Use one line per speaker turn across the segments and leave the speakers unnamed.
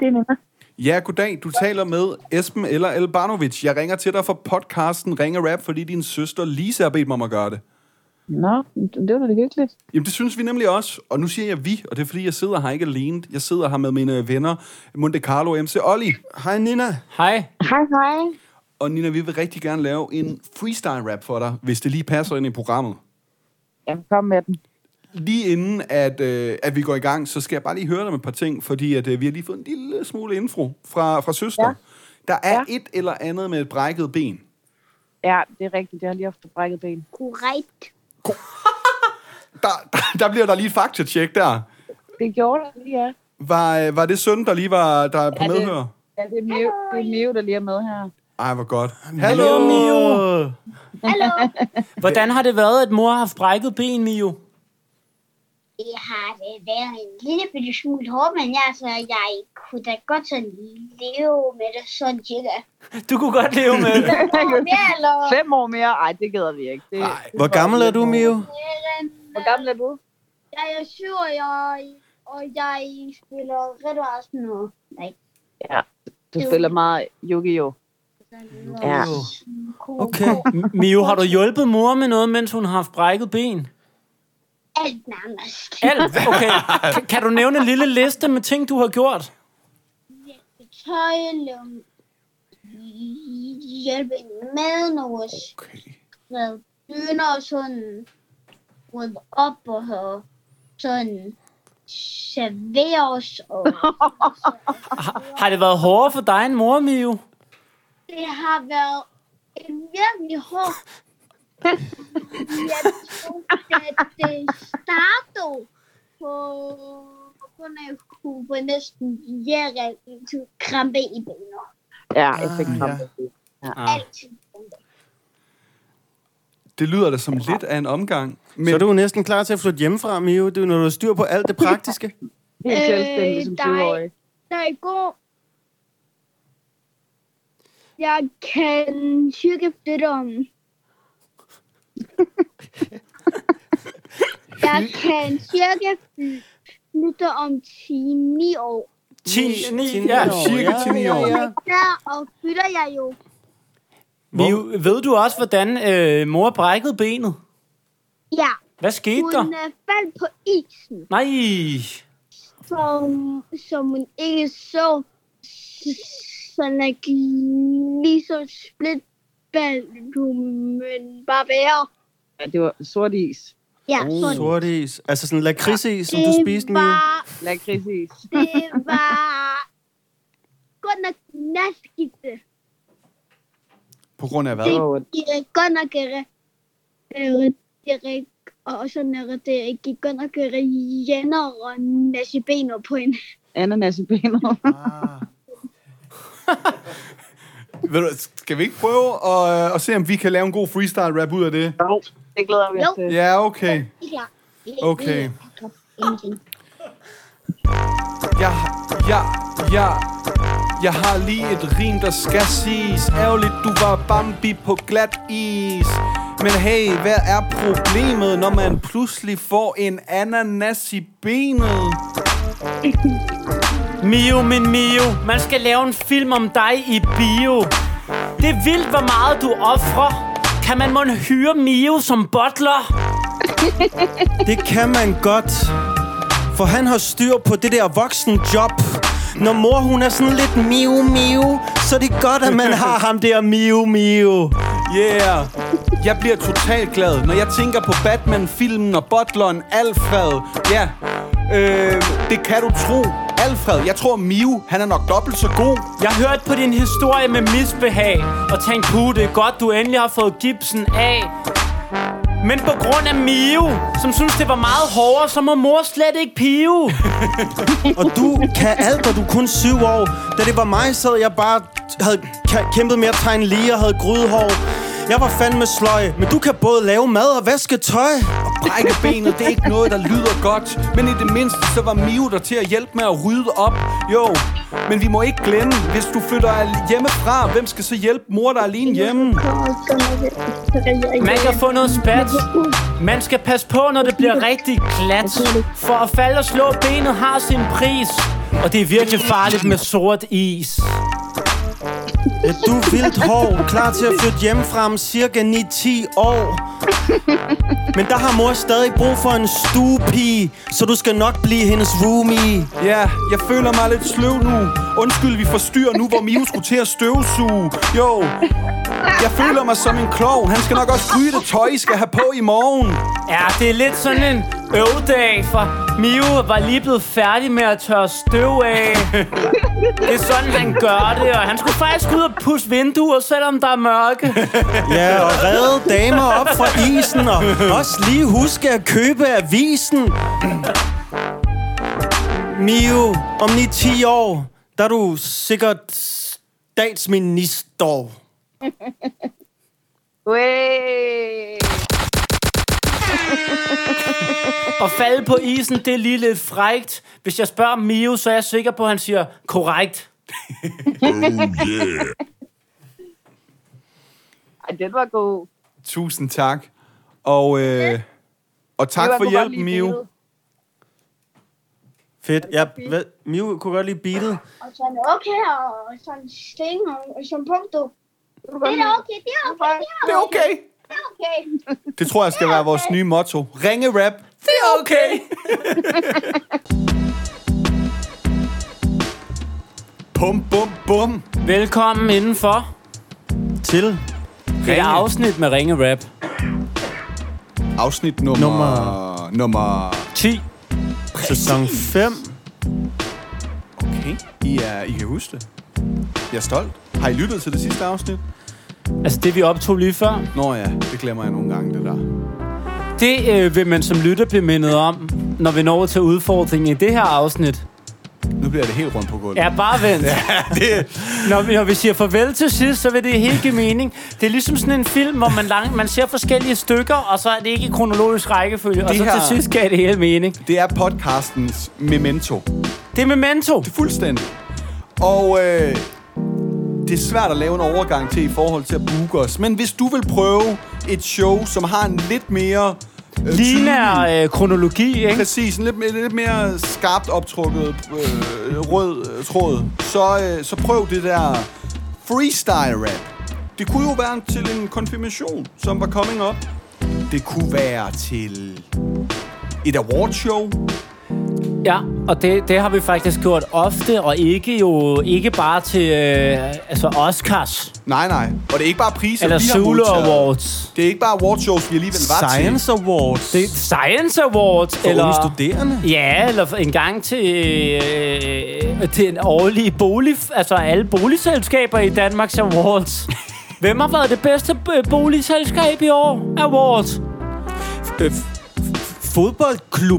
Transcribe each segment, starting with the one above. det er Nina.
Ja, goddag. Du taler med Esben eller Elbanovic. Jeg ringer til dig fra podcasten Ringe Rap, fordi din søster Lise har bedt mig om at gøre det.
Nå, det var da lidt hyggeligt.
Jamen, det synes vi nemlig også. Og nu siger jeg vi, og det er fordi, jeg sidder her ikke alene. Jeg sidder her med mine venner, Monte Carlo og MC Olli. Hej, Nina.
Hej.
Hej, hej.
Og Nina, vi vil rigtig gerne lave en freestyle-rap for dig, hvis det lige passer ind i programmet.
Jamen, kom med den.
Lige inden, at, øh, at vi går i gang, så skal jeg bare lige høre dig med et par ting, fordi at, øh, vi har lige fået en lille smule info fra, fra søster. Ja.
Ja.
Der er ja.
Ja.
et eller andet med et brækket ben.
Ja, det er rigtigt. Jeg har lige haft brækket ben.
Korrekt.
Der, der, der bliver der lige et faktatjek der.
Det gjorde det lige, ja.
Var, øh, var det søn, der lige var der er på
Ja, det-
medhør?
Ja, det er Mio, det er Mio der lige er med her.
Ej, hvor godt. Hallo,
Mio.
Hallo.
Hvordan har det været, at mor har haft brækket ben, Mio?
Jeg har øh, været en lille bitte smule hård, men jeg, altså, jeg kunne da godt sådan leve med det sådan cirka.
Du kunne godt leve med det.
Ja, eller...
Fem år mere? Ej, det gider vi ikke. Det,
Ej,
det
Hvor
får
gammel
vi
er
lidt
du,
over.
Mio?
Øhm,
Hvor gammel er du?
Jeg er syv, og jeg, og jeg spiller rigtig meget sådan noget. Nej,
Ja, du spiller meget Yu-Gi-Oh!
sådan noget.
Ja.
Okay.
Mio, har du hjulpet mor med noget, mens hun har haft brækket ben?
Alt nærmest.
Alt. Okay. Kan, kan du nævne en lille liste med ting, du har gjort?
Tøj, lave- hjælpe med noget
Okay.
været dyner og sådan rydde op og have sådan servere os. Og
Har det været hårdere for dig end mor, Mio?
det har været en virkelig hård... Jeg tror, at det startede på på grund af, at jeg kunne få næsten hjerte krampe i benet.
Ja, jeg fik
Ah,
ham.
Ah.
Altid krampe.
Det lyder da som lidt af en omgang. Men,
Så er du er næsten klar til at flytte hjemmefra, Mio. Du, når du har styr på alt det praktiske.
Helt
Øh,
selvstændig som
dig.
20-årig.
Der i går, jeg kan hygge flytte om. jeg kan cirka fly- flytte om til 9 år.
10, 9, ja.
cirka 10 år.
Der og flytter jeg jo.
Mio, ved du også, hvordan øh, mor brækkede benet?
Ja,
Hvad skete
hun
der?
øh, faldt på isen,
Nej.
som, som hun ikke så. Sådan at ligesom split faldt hun, men bare værre.
Ja, det var sort is.
Ja,
Oh.
sådan.
Sort is. Altså sådan lakridsis, som du spiste, Mio.
var,
Lakridsis.
det var godt nok naskigte.
på grund af hvad?
Det-
Åh,
Det er godt nok re- re- det er og sådan er det det gik godt nok Rihanna og Nasse Bener på en.
Ananas i benet.
Ved du, skal vi ikke prøve at, øh, at se, om vi kan lave en god freestyle-rap ud af det?
Jo, det glæder vi os
Jo.
til.
Ja, okay. Okay. Jeg, jeg, jeg, jeg har lige et rim, der skal siges Ærgerligt, du var Bambi på glat is Men hey, hvad er problemet, når man pludselig får en ananas i benet?
Mio, min Mio, man skal lave en film om dig i bio. Det er vildt, hvor meget du offrer. Kan man måtte hyre Mio som butler?
Det kan man godt. For han har styr på det der voksenjob. Når mor hun er sådan lidt miu miu, så er det godt, at man har ham der miu miu.
Yeah! Jeg bliver totalt glad, når jeg tænker på Batman-filmen og butleren Alfred. Ja, øh, det kan du tro. Alfred, jeg tror Miu, han er nok dobbelt så god.
Jeg hørte på din historie med misbehag og tænkte, puh, det er godt, du endelig har fået gipsen af. Men på grund af Mio, som synes, det var meget hårdere, så må mor slet ikke pive.
Og du kan alt, og du er kun syv år. Da det var mig, sad jeg bare havde kæ- kæmpet med at tegne lige og havde grydehår. Jeg var fandme sløj, men du kan både lave mad og vaske tøj.
Brække benet, det er ikke noget, der lyder godt. Men i det mindste, så var Mio der til at hjælpe med at rydde op. Jo, men vi må ikke glemme, hvis du flytter al- hjemmefra, hvem skal så hjælpe mor, der er alene hjemme?
Man kan få noget spat. Man skal passe på, når det bliver rigtig glat. For at falde og slå benet har sin pris. Og det er virkelig farligt med sort is.
Ja, du er vildt hård, klar til at flytte hjemmefra om cirka 9-10 år. Men der har mor stadig brug for en stuepige, så du skal nok blive hendes roomie.
Ja, jeg føler mig lidt sløv nu. Undskyld, vi forstyrrer nu, hvor Mio skulle til at støvsuge. Jo, jeg føler mig som en klovn. Han skal nok også ryge det tøj, I skal have på i morgen.
Ja, det er lidt sådan en øvdag, for Mio var lige blevet færdig med at tørre støv af. Det er sådan, han gør det, og han skulle faktisk ud og pusse vinduer, selvom der er mørke.
Ja, og redde damer op fra isen, og også lige huske at købe avisen. Mio, om 9-10 år, der er du sikkert statsminister.
Way.
At falde på isen, det er lige lidt frægt. Hvis jeg spørger Mio, så er jeg sikker på, at han siger korrekt.
Ej, den var god.
Tusind tak. Og, øh, og tak
Det var-
for
jeg kunne godt
hjælpen,
lide
Mio.
billedet.
Fedt. Ja, hvad? Mio kunne godt lide beatet.
Og sådan, okay, og sådan sting, og sådan punkto.
Jeg kunne
Det
godt
er da
lide-
okay, det er okay,
Det er okay.
det er okay.
Det tror jeg skal være vores nye motto. Ringe rap.
Det er okay.
Bum, bum, bum.
Velkommen indenfor.
Til
Det er afsnit med Ringe Rap.
Afsnit nummer...
Nummer-
Nummer...
10.
sæson 5.
Okay. I, er, I kan huske det. Jeg er stolt. Har I lyttet til det sidste afsnit?
Altså det, vi optog lige før.
Nå ja, det glemmer jeg nogle gange, det der.
Det øh, vil man som lytter blive mindet om, når vi når til udfordringen i det her afsnit.
Nu bliver det helt rundt på gulvet.
Ja, bare vent. når, vi, når vi siger farvel til sidst, så vil det helt give mening. Det er ligesom sådan en film, hvor man, lang, man ser forskellige stykker, og så er det ikke i kronologisk rækkefølge. og
Det
så
her-
til sidst gav det hele mening.
Det er podcastens memento.
Det er Memento.
Fuldstændig. Og øh, det er svært at lave en overgang til i forhold til at booke os. Men hvis du vil prøve et show, som har en lidt mere... Øh, tydelig-
Ligner øh, kronologi, ikke?
Præcis, en lidt, en lidt mere skarpt optrukket øh, rød øh, tråd. Så, øh, så prøv det der freestyle rap. Det kunne jo være til en konfirmation, som var coming up. Det kunne være til et awardshow.
Ja, og det, det har vi faktisk gjort ofte, og ikke jo ikke bare til øh, altså Oscars
Nej, nej. Og det er ikke bare priser,
eller
vi har
Zulu
modtaget.
Awards.
Det er ikke bare awardshows, vi alligevel var til.
Science Awards.
Det er Science Awards,
for
eller...
unge studerende.
Ja, eller for en gang til, øh, til en årlig bolig... Altså alle boligselskaber i Danmarks Awards. Hvem har været det bedste øh, boligselskab i år? Awards.
Øh, f- f-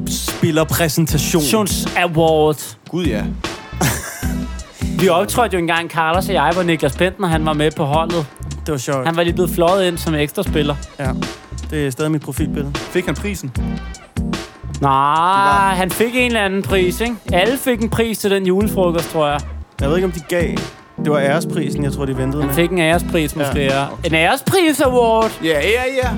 Fodboldklubspillerpræsentation.
Jones Awards.
Gud ja.
Vi optrådte jo engang, Carlos og jeg, hvor Niklas Bentner, han var med på holdet.
Det var sjovt.
Han var lige blevet fløjet ind som ekstra spiller.
Ja. Det er stadig mit profilbillede.
Fik han prisen?
Nej, han fik en eller anden pris, ikke? Alle fik en pris til den julefrokost, tror jeg.
Jeg ved ikke, om de gav. Det var æresprisen, jeg tror, de ventede
Han
med.
fik en ærespris, måske.
Ja,
Ja, En ærespris award.
Ja, ja, ja.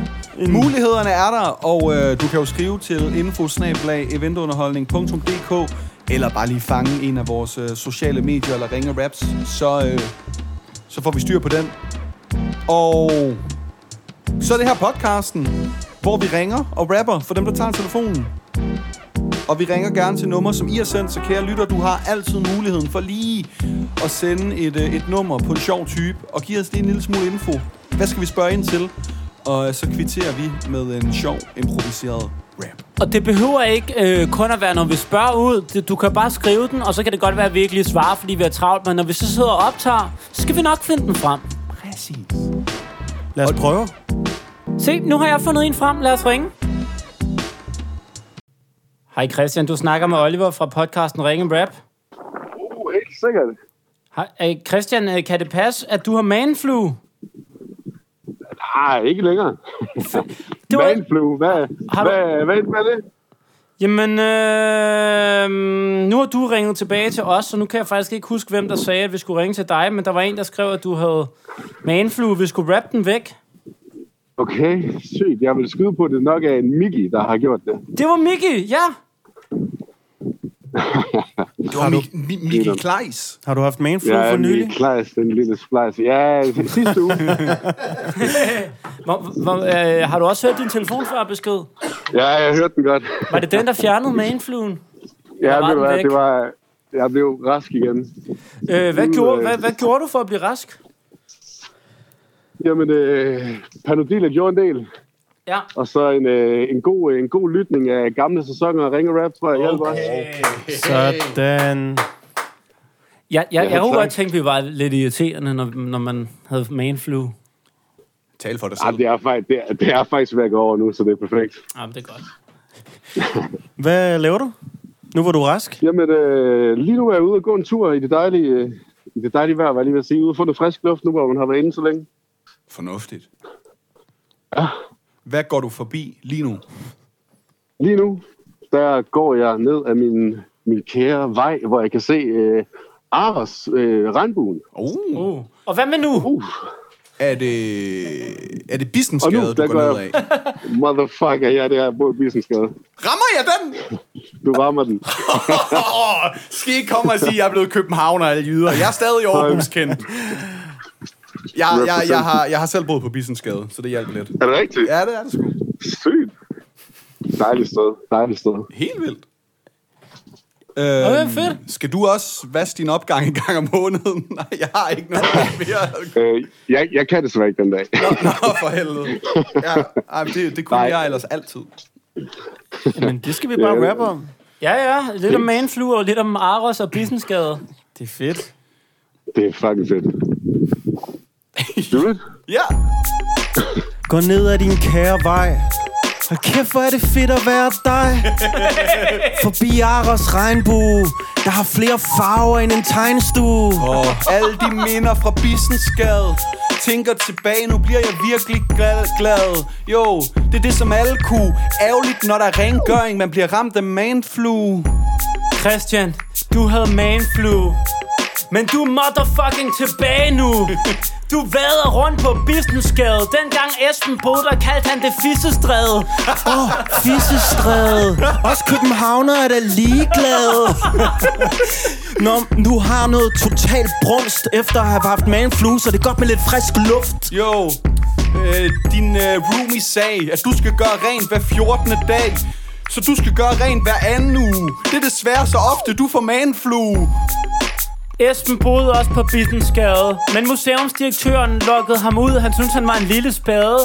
Mulighederne er der, og øh, du kan jo skrive til infosnablag.eventunderholdning.dk eller bare lige fange en af vores øh, sociale medier eller ringe raps, så, øh, så får vi styr på den. Og så er det her podcasten, hvor vi ringer og rapper for dem, der tager telefonen. Og vi ringer gerne til numre, som I har sendt, så kære lytter, du har altid muligheden for lige at sende et, øh, et nummer på en sjov type, og give os lige en lille smule info. Hvad skal vi spørge ind til? Og øh, så kvitterer vi med en sjov, improviseret rap.
Og det behøver ikke øh, kun at være, når vi spørger ud. Det- Du kan bare skrive den, og så kan det godt være, at vi ikke lige svarer, fordi vi er travlt. Men når vi så sidder og optager, så skal vi nok finde den frem.
Præcis.
Lad os prøve.
Se, nu har jeg fundet en frem. Lad os ringe. Hej Christian, du snakker med Oliver fra podcasten Ringe Rap.
Uh, helt sikkert.
Hej, øh, Christian, øh, kan det passe, at du har manflu?
Nej, ikke længere.
Det var,
Manflu, hvad,
Har du-
hvad, hvad, hvad er det?
jamen, øh, nu har du ringet tilbage til os, så nu kan jeg faktisk ikke huske, hvem der sagde, at vi skulle ringe til dig, men der var en, der skrev, at du havde manflu, vi skulle rappe den væk.
Okay, sygt. Jeg vil skyde på, at det nok er en Miki, der har gjort det.
Det var Miki, ja.
Det var Mik- Mi- Mikkel Kleis.
Har du haft manflu
Ja,
for
Mikkel
nylig?
Kleis, den lille splejs. Ja, i sidste uge.
Hvor, hvor, øh, har du også hørt din telefonsvarbesked?
Ja, jeg hørte den godt.
Var det den, der fjernede mainfluen?
Ja,
var
ved du
den
hvad,
væk?
det var... Jeg blev rask igen.
Øh, hvad,
Mm,
gjorde,
øh.
hvad, hvad gjorde du for at blive rask?
Jamen, øh, Panodil er gjorde en del.
Ja.
Og så en, øh, en, god, en god lytning af gamle sæsoner af Ringe Rap, tror jeg. Okay. Også.
Sådan.
Jeg, jeg, jeg
Ja,
kunne
tak.
godt tænke, at vi var lidt irriterende, når, når man havde manflu.
Tal for dig
Ja,
selv.
det, er, faktisk- det, er, det er faktisk ved at gå over nu, så det er perfekt.
Jamen, det er godt.
Hvad laver du? Nu var du rask.
Jamen, øh, lige nu er jeg ude og gå en tur i det dejlige, øh, i det dejlige vejr, var jeg lige ved at sige. Ude og få noget frisk luft nu, hvor man har været inde så længe.
Fornuftigt. Hvad går du forbi lige nu?
Lige nu, der går jeg ned ad min, min kære vej, hvor jeg kan se øh, Aros øh, regnbuen.
Oh,
Uh. Og hvad med nu?
Uh,
er det, er det Bissensgade,
Og
du
nu, der
går
går
ned af?
jeg- motherfucker, ja, det er på Bissensgade.
Rammer jeg den?
Du rammer den.
Åh, skal I ikke komme og sige, at jeg er blevet københavner og jyder? Jeg er stadig i Aarhus kendt. Jeg, jeg, jeg, har, jeg har selv boet på Bissensgade, så det hjalp lidt.
Er det rigtigt?
Ja, det er det sgu.
Sygt. Dejligt sted. Dejligt sted.
Helt vildt.
det er
Øhm,
fedt.
Skal du også vaske din opgang en gang om måneden? Nej, jeg har ikke noget mere.
Øh, jeg, jeg kan desværre ikke den dag.
Nå, for helvede. Ja, ej, men det, det kunne
Nej.
jeg ellers altid.
Jamen, det skal vi bare
Ja.
rappe om.
Ja, ja. Lidt om manflu og lidt om Aros og Bissensgade.
Det er fedt.
Det er fucking fedt. Do it.
Ja,
Gå ned ad din kære vej. Og kæft, hvor er det fedt at være dig. Forbi Aros regnbue, der har flere farver end en tegnestue.
og alle de minder fra Bissensgade Tænker tilbage, nu bliver jeg virkelig glad, glad Jo, det er det som alle kunne Ærgerligt, når der er rengøring Man bliver ramt af manflu
Christian, du havde manflu. Men du er motherfucking tilbage nu. Du vader rundt på Bissensgade. Dengang Esben boede der, kaldte han det fissestræde.
Åh, oh, fissestræde. Også københavnere er da ligeglade. Nå, du har noget totalt brunst, efter at have haft manflu, så det er godt med lidt frisk luft.
Jo, øh, din øh, roomie sagde, at du skal gøre rent hver 14. dag. Så du skal gøre rent hver anden uge. Det er desværre så ofte, du får manflu.
Esben boede også på Bissensgade. Men museumsdirektøren lukkede ham ud. Han syntes, han var en lille spade.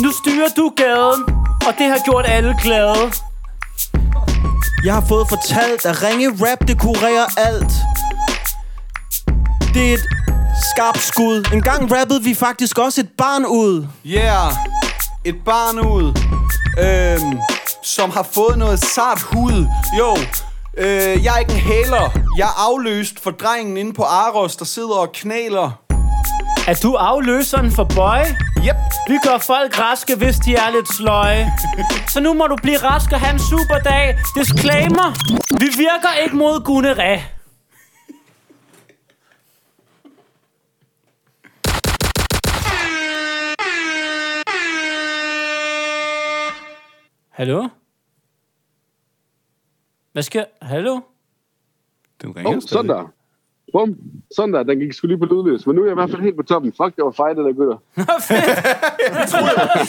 Nu styrer du gaden. Og det har gjort alle glade.
Jeg har fået fortalt, at ringe rap, det kurerer alt. Det er et skarpt skud. En gang rappede vi faktisk også et barn ud.
Yeah, et barn ud, øhm, som har fået noget sart hud. Jo, øh, jeg er ikke en hæler. Jeg er afløst for drengen inde på Aros, der sidder og knæler.
Er du afløseren for Bøje?
Yep.
Vi gør folk raske, hvis de er lidt sløje. Så nu må du blive rask og have en super dag. Disclaimer. Vi virker ikke mod Gunneræ. Hallo? Hvad sker? Hallo?
Den
Oh, sådan der. Bum. Sådan der. Den gik sgu lige på lydløs. Men nu er jeg i hvert fald helt på toppen. Fuck, det var fejlet, der gutter.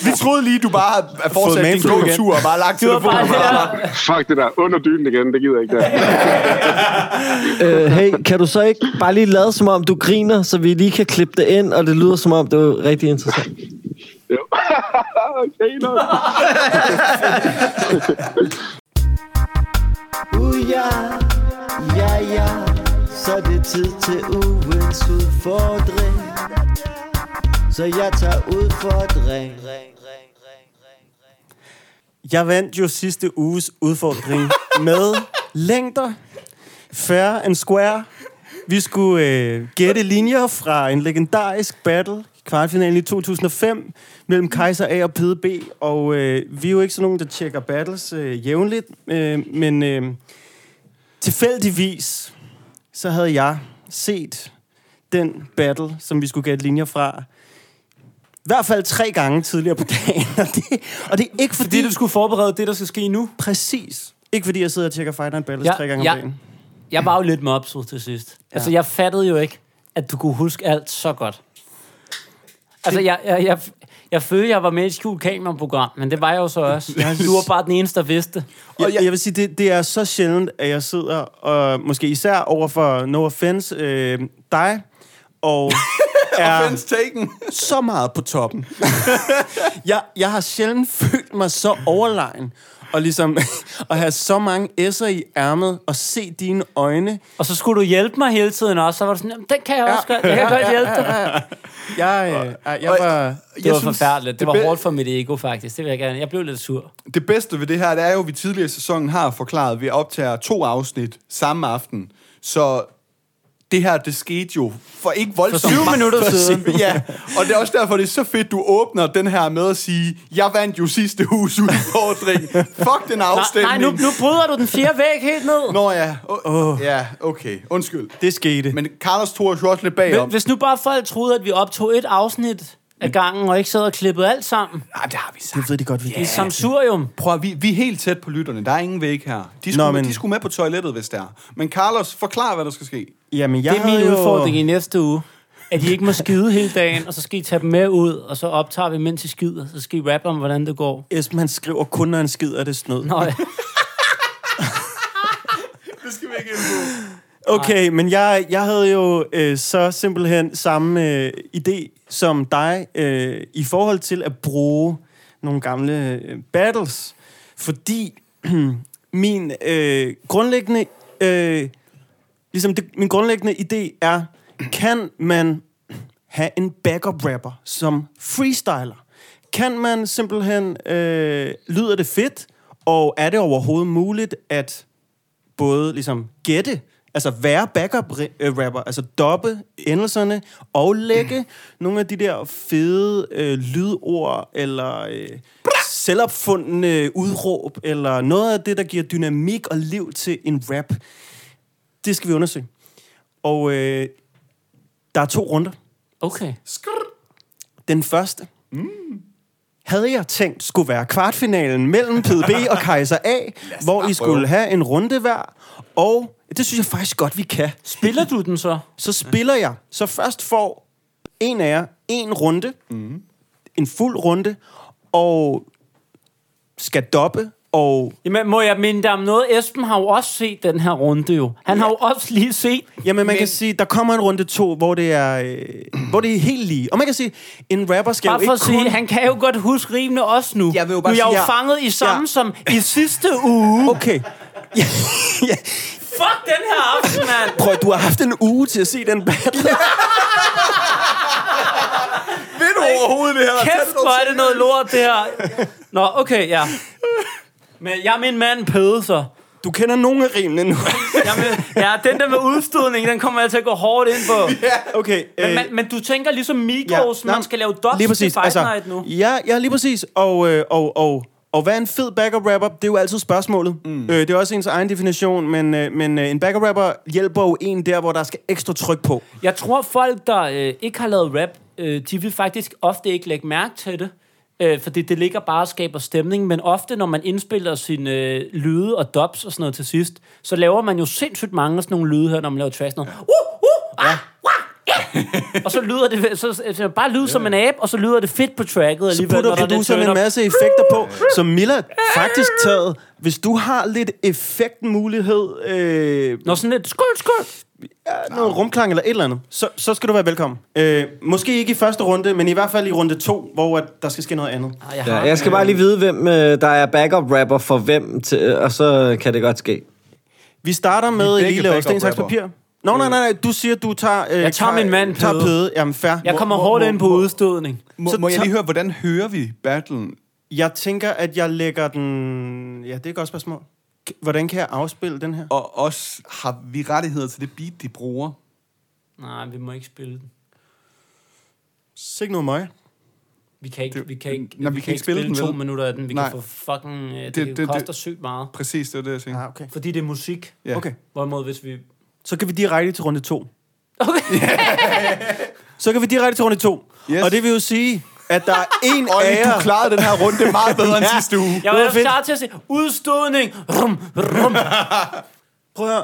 Vi troede lige, du bare havde fortsat din
manflu igen.
gåtur og bare lagt
Det var
telefonen.
bare det der.
Fuck det der. Under dynen igen. Det gider jeg ikke der.
Øh, hey, kan du så ikke bare lige lade som om, du griner, så vi lige kan klippe det ind, og det lyder som om, det er rigtig interessant.
Jo. okay, nok.
Uh, ja, ja, ja, så er det tid til ugens udfordring. Så jeg tager udfordring.
Jeg vandt jo sidste uges udfordring med længder. Fair and square. Vi skulle øh, gætte linjer fra en legendarisk battle, kvartfinalen i 2005, mellem Kaiser A og Pede B. Og øh, vi er jo ikke sådan nogen, der tjekker battles øh, jævnligt, øh, men øh, tilfældigvis, så havde jeg set den battle, som vi skulle gætte linjer fra, i hvert fald tre gange tidligere på dagen. Og det, og det er ikke fordi...
Fordi du skulle forberede det, der skal ske nu.
Præcis. Ikke fordi jeg sidder og tjekker Fighter and Balance
Ja,
ja, tre gange om
ja.
dagen.
Jeg var jo lidt mobset til sidst. Ja. Altså, jeg fattede jo ikke, at du kunne huske alt så godt. Altså, jeg, jeg, jeg, jeg følte, jeg var med i et skjult kameraprogram, men det var jeg jo så også. Du var bare den eneste, der vidste. det.
Og jeg, jeg vil sige, det, det er så sjældent, at jeg sidder, og måske især over for No Offense, øh, dig, og er
Offense taken.
så meget på toppen. jeg, jeg har sjældent følt mig så overlegen, og ligesom at have så mange S'er i ærmet, og se dine øjne.
Og så skulle du hjælpe mig hele tiden også. Så var du sådan, "Jamen, den kan jeg også godt. Jeg kan godt hjælpe dig.
Jeg, øh, ej, jeg var...
Det var forfærdeligt. Det var
be-
hårdt for mit ego, faktisk. Det vil jeg gerne. Jeg blev lidt sur.
Det bedste ved det her, det er jo, at vi tidligere i sæsonen har forklaret, at vi optager to afsnit samme aften. Så det her, det skete jo for ikke voldsomt
For syv
meget-
minutter
for
siden.
syv- Ja, og det er også derfor, det er så fedt, du åbner den her med at sige, jeg vandt jo sidste hus udfordring. Fuck den
Nej,
afstemning.
nej nu, nu bryder du den fjerde væg helt ned.
Nå ja, oh. ja, okay. Undskyld.
Det skete.
Men Carlos tog os jo også lidt bagom.
Hvis- Hvis nu bare folk troede, at vi optog et afsnit af gangen, og ikke sad og klippede alt sammen.
Ah, det har vi sagt.
det ved de godt, vi
Det er samsurium.
Prøv at, vi, vi er helt tæt på lytterne. Der er ingen væg her. De skulle, Nå,
Nå,
men...
men-
de skulle med på toilettet, hvis der. er. Men Carlos, forklar, hvad der skal ske.
Jamen, jeg
Det er min
havde jo-
udfordring i næste uge. At I ikke må skide hele dagen, og så skal I tage dem med ud, og så optager vi, mens I skider. Så skal I rappe om, hvordan det går.
Esben, han skriver kun, når han skider, det er snød.
Nå, ja.
Det skal vi ikke ind på.
Okay, men jeg, jeg havde jo øh, så simpelthen samme øh, idé som dig øh, i forhold til at bruge nogle gamle øh, battles, fordi min øh, grundlæggende øh, ligesom det, min grundlæggende idé er, kan man have en backup rapper som freestyler? Kan man simpelthen, øh, lyder det fedt, og er det overhovedet muligt at både ligesom gætte, altså være backup ra- øh, rapper, altså doppe endelserne og lægge nogle af de der fede øh, lydord eller øh, selvopfundne udråb eller noget af det, der giver dynamik og liv til en rap. Det skal vi undersøge. Og øh, der er to runder.
Okay.
Den første mm. havde jeg tænkt skulle være kvartfinalen mellem PDB og Kaiser A, hvor I skulle have en runde hver. Og det synes jeg faktisk godt, vi kan.
Spiller du den så?
Så spiller jeg. Så først får en af jer en runde. Mm.
Mhm.
En fuld runde. Og skal doppe. Og
Jamen, må jeg minde dig om noget? Esben har jo også set den her runde jo. Han har jo også lige set.
Jamen, man Men... kan sige, der kommer en runde to, hvor det er, øh, hvor det er helt lige. Og man kan sige, en rapper skal
Bare
jo
for
ikke
at sige,
kun...
han kan jo godt huske rimene også nu.
Jeg vil jo bare
nu er jeg jo
sige, ja.
fanget i samme
Ja.
som i sidste uge.
Okay. Ja, ja.
Fuck den her aften, mand!
Prøv at- du har haft en uge til at se den battle.
Ved du overhovedet det her?
Kæft, hvor er det noget lort, det her. Nå, okay, ja. Men jeg er min mand pøde, så.
Du kender nogle af rimene nu.
Jamen, ja, den der med udstødning, den kommer jeg til at gå hårdt ind på.
Okay.
Men,
øh,
man, men du tænker ligesom Mikros, ja,
nej,
man skal lave dots lige præcis, til Fight altså, Night nu.
Ja, ja, lige præcis. Og, øh, og, og, og hvad er en fed backup rapper? Det er jo altid spørgsmålet. Mm. Øh, det er også ens egen definition, men, øh, men øh, en backup rapper hjælper jo en der, hvor der skal ekstra tryk på.
Jeg tror, folk, der øh, ikke har lavet rap, øh, de vil faktisk ofte ikke lægge mærke til det. Øh, fordi det ligger bare og skaber stemning. Men ofte, når man indspiller sine øh, lyde og dobs og sådan noget til sidst, så laver man jo sindssygt mange af sådan nogle lyde her, når man laver tracks. Noget. Uh, uh, ah, wah, ja. og så lyder det så, så bare lyde som en abe, og så lyder det fedt på tracket.
Så
alligevel, når
putter
der er den
produceren en
turn-up.
masse effekter på, som Miller faktisk taget. Hvis du har lidt effektmulighed, øh,
Nå, sådan lidt, skål, skål.
ja, noget rumklang eller et eller andet, så, så skal du være velkommen. Øh, måske ikke i første runde, men i hvert fald i runde to, hvor at der skal ske noget andet.
Ej, jeg
Ja,
har
jeg skal bare lige vide, hvem øh, der er backup rapper for hvem, til, øh, og så kan det godt ske.
Vi starter med,
Vi er
at I
begge
laver
backup
sten, saks,
rapper.
papir. Nå, nej, nej, nej, du siger, du tager... Øh,
Jeg tager min mand,
tager
Pede.
pøde. Jamen, fair.
Jeg kommer hårdt ind på udstødning.
Må,
Så
må jeg
tag-
lige høre, hvordan hører vi battlen?
Jeg tænker, at jeg lægger den... Ja, det er et godt spørgsmål. K- Hvordan kan jeg afspille den her?
Og også, har vi rettigheder til det beat, de bruger?
Nej, vi må ikke spille den.
Sikke noget møg.
Vi kan ikke,
Det-
vi kan ikke,
Nå, vi kan ikke spille den,
to
vel?
minutter af den. Vi
Nej.
kan få fucking... Øh, det,
Det-
det,
det-
det, koster
det-
sygt meget.
Præcis, det var det, jeg tænkte.
Ah, okay.
Fordi det er musik.
Ja.
Okay.
Hvorimod hvis vi...
Så kan vi direkte til runde to.
Okay.
Så kan vi direkte til runde to.
Yes.
Yes. Og det vil jo sige, at der er en af
Olli,
jer...
du klarede den her runde meget bedre end sidste uge.
Jeg
Det
var
var
ellers
fedt.
klar til at se udstødning. Rum, rum.
Prøv at høre.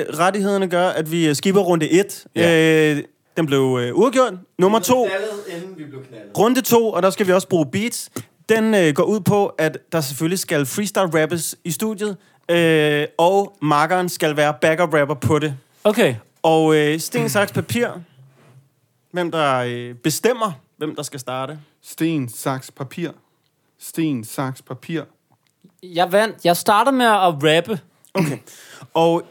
Øh, rettighederne gør, at vi øh, skipper runde 1.
Ja.
Øh, den blev øh, urgjort. Nummer 2.
inden vi blev knaldet.
Runde 2, og der skal vi også bruge beats. Den øh, går ud på, at der selvfølgelig skal freestyle rappes i studiet, øh, og markeren skal være backup rapper på det.
Okay.
Og øh, sten, saks, papir. Hvem der øh, bestemmer, hvem der skal starte.
Sten, saks, papir. Sten, saks, papir.
Jeg vandt. Jeg starter med at rappe.
Okay. Og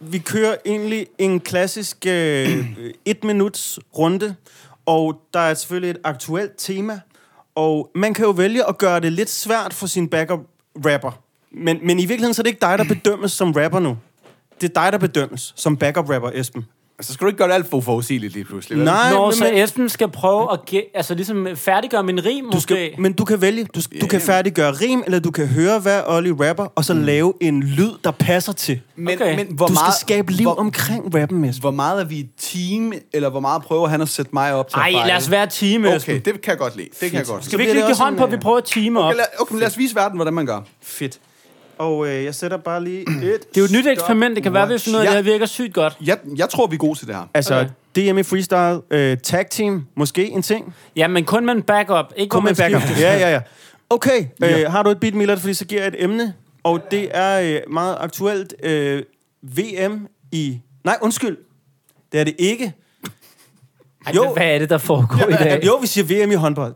vi kører egentlig en klassisk øh, et minuts runde, og der er selvfølgelig et aktuelt tema, og man kan jo vælge at gøre det lidt svært for sin backup rapper. Men, men i virkeligheden så er det ikke dig, der bedømmes som rapper nu. Det er dig, der bedømmes som backup rapper, Esben.
Altså,
Så skal du ikke gøre det alt for forudsigeligt lige pludselig. vel?
Nej,
Når
men,
så
men,
Esben skal prøve at ge- altså ligesom færdiggøre min rim,
du
måske.
skal, Mm, men du kan vælge. Du, du kan færdiggøre rim, eller du kan høre, hvad Olli rapper, og
Mm.
så lave en lyd, der passer til.
Men,
Okay.
men hvor
Du skal
meget,
skabe liv
hvor,
omkring rappen, Esben.
Hvor meget er vi et team, eller hvor meget prøver han at sætte mig op til at
Ej,
fejle?
lad os være team, Esben.
Okay, det kan jeg godt lide. Det kan jeg godt lide.
Skal vi ikke
bliver det
lige give
også
hånd
en,
på, at vi
øh,
prøver at time op?
Okay, lad, okay, men lad os vise verden, hvordan man gør.
Fedt. Og øh, jeg sætter bare lige et...
Det er jo et nyt eksperiment. Det kan være, at vi finder ud af, at
Ja.
det her virker sygt godt.
Jeg, jeg tror, vi er gode til det her.
Altså,
Okay.
okay. DM i freestyle, øh, tag team, måske en ting.
Ja, men kun med en backup. Ikke kun
Kom
med
med
en
backup.
skiftes.
Ja, ja, ja. Okay, øh, har du et beat, Millard, fordi så giver jeg et emne. Og det er øh, meget aktuelt øh, VM i... Nej, undskyld. Det er det ikke.
Ej,
Jo.
men Hvad er det, der foregår i dag?
Jo, vi siger VM i håndbold.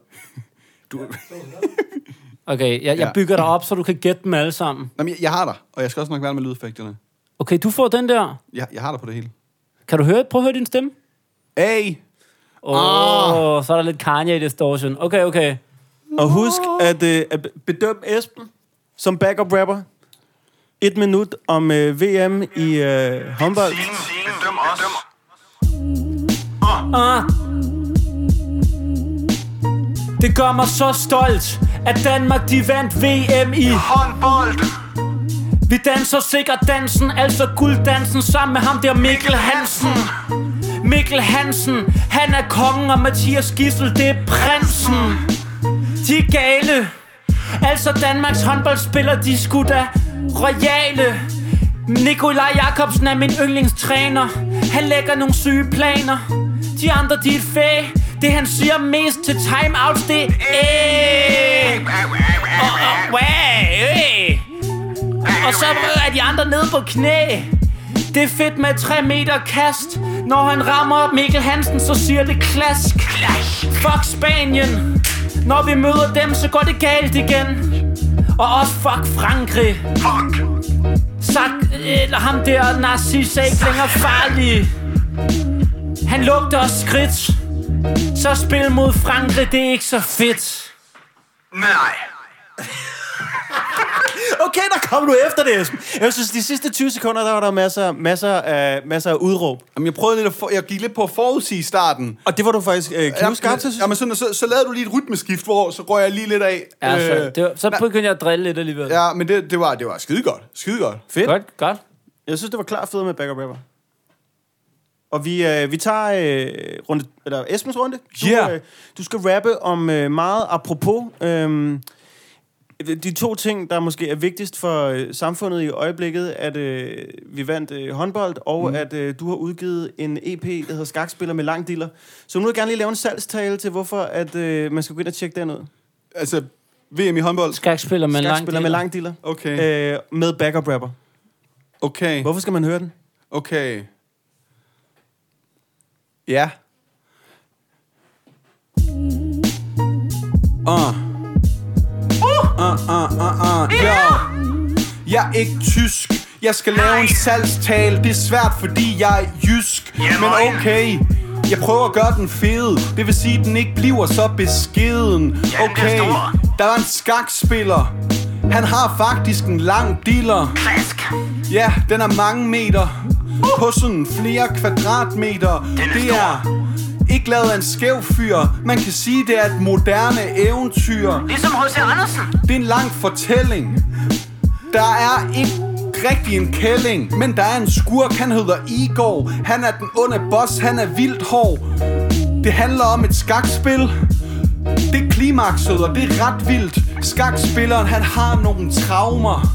Okay, jeg, jeg
Ja.
bygger dig op, så du kan gætte dem alle sammen.
Nå, men jeg, jeg har dig, og jeg skal også nok være med lydeffekterne.
Okay, du får den der.
Jeg, jeg har dig på det hele.
Kan du høre, prøv at høre din stemme?
Hey!
Åh, oh, så er der lidt Kanye distortion. Okay, okay.
Og husk at, øh, at bedøm Esben som backup rapper. Et minut om øh, VM i øh, håndbold.
Det gør mig så stolt, at Danmark de vandt VM i håndbold. Vi danser sikkert dansen, altså gulddansen, sammen med ham der Mikkel Hansen. Mikkel Hansen, han er kongen, og Mathias Gissel, det er prinsen. De er gale. Altså Danmarks håndboldspillere, de er sgu da royale. Nikolaj Jakobsen er min yndlingstræner. Han lægger nogle syge planer. De andre, de er et fæ. Det han siger mest til timeouts, det er æh. Og, og, wah, æh. og så er de andre nede på knæ. Det er fedt med 3 meter kast. Når han rammer Mikkel Hansen, så siger det klask. Fuck Spanien. Når vi møder dem, så går det galt igen. Og også fuck Frankrig. Fuck. Sak, eller ham der narcisse er ikke længere farlig. Han lugter også skridt. Så spil mod Frankrig, det er ikke så fedt.
Okay, der kom du efter det, Esben. Jeg synes, de sidste 20 sekunder, der var der masser, masser, af, masser af udråb.
Jamen, jeg prøvede lidt at for, jeg gik lidt på at forudsige starten.
Og det var du faktisk øh, knivskarp til, synes jeg.
Jamen, så, så, så lavede du lige et rytmeskift, hvor så røg jeg lige lidt af.
Altså,
Øh,
det var, så
nej.
begyndte jeg at drille lidt alligevel.
Ja, men det, det var, det var skide godt. Skide godt.
Fedt.
Godt, godt.
Jeg synes, det var klart fedt med backup rapper. Og vi, øh, vi tager øh, runde, eller Esbens runde. Du,
Yeah.
øh, du skal rappe om øh, meget apropos. Øh, de to ting, der måske er vigtigst for øh, samfundet i øjeblikket, at øh, vi vandt øh, håndbold, og mm. at øh, du har udgivet en EP, der hedder Skakspiller med lang diller. Så nu vil jeg gerne lige lave en salgstale til, hvorfor at, øh, man skal gå ind og tjekke den ud.
Altså, VM i håndbold.
Skakspiller med lang
Skakspiller med lang diller.
Okay,
Øh, med backup rapper.
okay,
Hvorfor skal man høre den?
okay. Ja. Uh. Jeg er ikke tysk. Jeg skal lave en salgstale. Det er svært, fordi jeg er jysk. Men okay, jeg prøver at gøre den fed. Det vil sige, at den ikke bliver så beskeden. Okay, der var en skakspiller. Han har faktisk en lang diller. Ja, den er mange meter. På sådan flere kvadratmeter. Det er ikke lavet af en skæv fyr. Man kan sige, det er et moderne eventyr.
Ligesom H.C. Andersen.
Det er en lang fortælling. Der er ikke rigtig en kælling, men der er en skurk, han hedder Igor. Han er den onde boss, han er vildt hård. Det handler om et skakspil, Det er klimakset, og det er ret vildt. Skakspilleren, han har nogle traumer.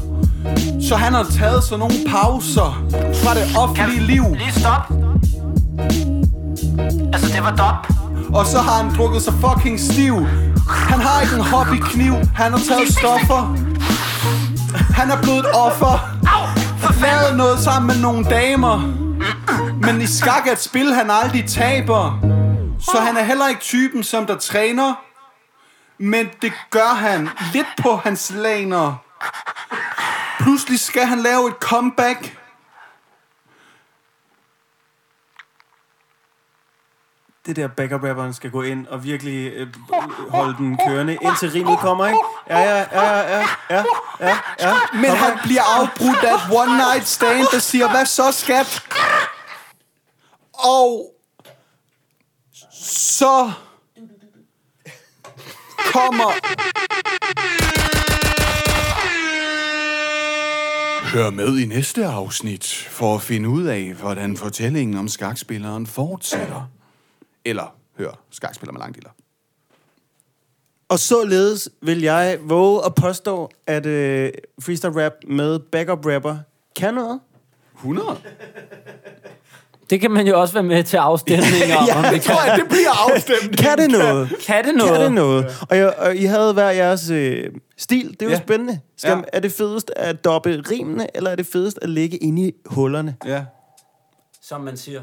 Så han har taget sådan nogle pauser fra det offentlige liv.
Lige stop. Altså, det var dop.
Og så har han drukket sig fucking stiv. Han har ikke en hobbykniv. Han har taget stoffer. Han er blevet et offer. Lavet noget sammen med nogle damer. Men i skak er et spil, han aldrig taber. Så han er heller ikke typen, som der træner. Men det gør han lidt på hans laner. Pludselig skal han lave et comeback.
Det der backup rapperen skal gå ind og virkelig øh, holde den kørende, indtil rimet kommer, ikke? Ja, ja, ja, ja, ja, ja, ja, ja.
Men han bliver afbrudt af et one night stand, der siger, hvad så skat? Og så kommer...
Hør med i næste afsnit for at finde ud af, hvordan fortællingen om skakspilleren fortsætter. Eller hør, skakspiller med langdiller.
Og således vil jeg våge at påstå, at øh, freestyle rap med backup rapper kan noget.
100?
Det kan man jo også være med til afstemninger ja. om.
Jeg tror, at det bliver afstemt.
Kan det noget?
Kan det noget?
Kan det noget? Og, jeg, og I havde hver jeres øh, stil. Det er jo
Ja.
ja. spændende. Skal,
Ja.
ja. Er det fedest at doppe rimene, eller er det fedest at ligge inde i hullerne?
Ja.
Som man siger.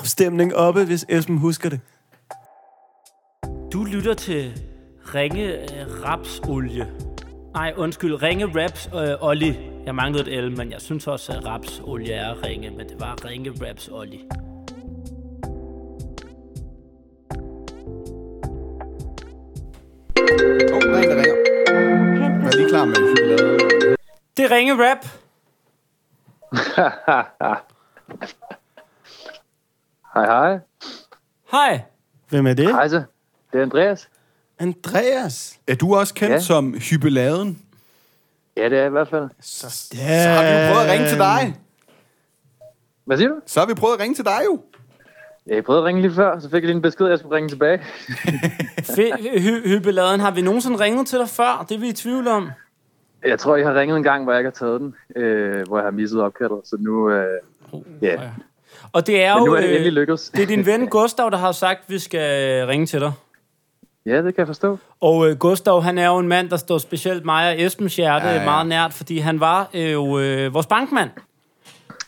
Afstemning oppe, hvis Esben husker det.
Du lytter til Ringe øh, Rapsolie. Nej, undskyld. Ringe Raps øh, Olli. Jeg manglede et L, men jeg synes også, at rapsolie er ringe. Men det var Ringe Raps Olli.
Åh, oh, der er en, der ringer. Vær lige klar med chokolade.
Det er Ringe Rap.
Hej, hej.
Hej.
Hvem er det?
Hej så. Det er Andreas.
Andreas.
Er du også kendt ja.
Ja.
som Hyppeladen?
Ja, det er jeg i hvert fald.
Yeah. Så
Har vi jo prøvet at ringe til dig?
Øh,
Hvad siger du?
Så har vi prøvet at ringe til dig jo.
Jeg prøvede at ringe lige før, så fik jeg lige en besked, at jeg skulle ringe tilbage.
Fe- hy- hyppeladen, har vi nogensinde ringet til dig før? Det er vi i tvivl om.
Jeg tror, I har ringet en gang, hvor jeg ikke har taget den, øh, hvor jeg har misset opkaldet, så nu, øh, ja.
Og det er
Men
jo...
nu er det
øh,
endelig lykkedes.
det er din ven Gustav, der har sagt, at vi skal ringe til dig.
Ja, det kan jeg forstå.
Og øh, Gustav, han er jo en mand, der står specielt mig og Esbens hjerte ja, ja. meget nært, fordi han var øh, jo øh, vores bankmand.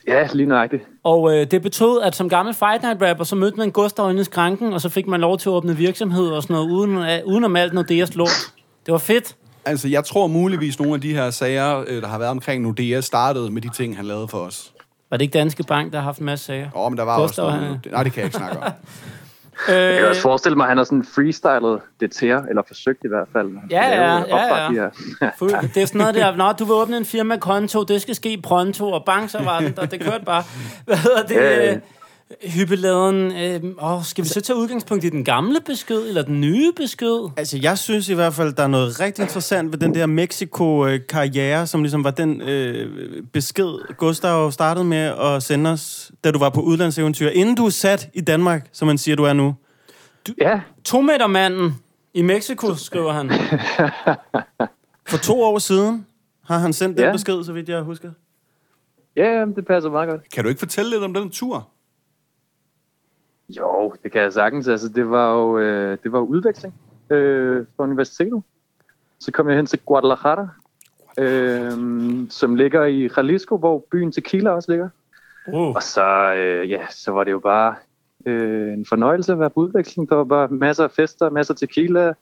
Ja, lige nøjagtigt.
Og øh, det betød, at som gammel Fight Night rapper, så mødte man Gustav inde i skranken, og så fik man lov til at åbne virksomhed og sådan noget, uden, at- uden om alt noget deres lort. Det var fedt.
Altså, jeg tror muligvis, nogle af de her sager, øh, der har været omkring Nordea, startede med de ting, han lavede for os.
Var det ikke Danske Bank, der har haft en masse sager?
Åh, oh, men der var
Gustav,
også...
han er-
Noget. Nej, det kan jeg ikke snakke om.
Jeg
Øh,
kan også forestille mig, at han har sådan freestylet det til jer, eller forsøgt i hvert fald.
ja,
Lavet
ja,
opret
ja.
i jer.
Fuld- Det er sådan noget der, når du vil åbne en firmakonto, det skal ske pronto, og bang, så var den der. Det kørte bare. Hvad hedder det? øh,
Ja, ja.
Yeah. Hyppeladen. Øh, åh, skal vi så tage udgangspunkt i den gamle besked, eller den nye besked?
Altså, jeg synes i hvert fald, der er noget rigtig interessant ved den der Mexico-karriere, som ligesom var den øh, besked, Gustav startede med at sende os, da du var på udlandseventyr, inden du er sat i Danmark, som man siger, du er nu.
ja,
To meter manden i Mexico, skriver han.
For to år siden har han sendt den
Ja.
besked, så vidt jeg husker.
ja, jamen, det passer meget godt.
Kan du ikke fortælle lidt om den tur?
Jo, det kan jeg sagtens. Altså, det var jo øh, det var jo udveksling øh, fra universitetet. Så kom jeg hen til Guadalajara, øh, som ligger i Jalisco, hvor byen Tequila også ligger.
Wow.
Og så, øh, ja, så var det jo bare øh, en fornøjelse at være på udveksling. Der var bare masser af fester, masser af tequila,